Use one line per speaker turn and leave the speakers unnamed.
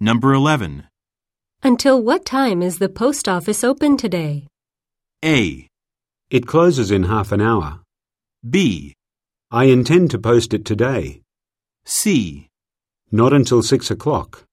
Number 11.
Until what time is the post office open today?
A.
It closes in half an hour.
B.
I intend to post it today.
C.
Not until six o'clock.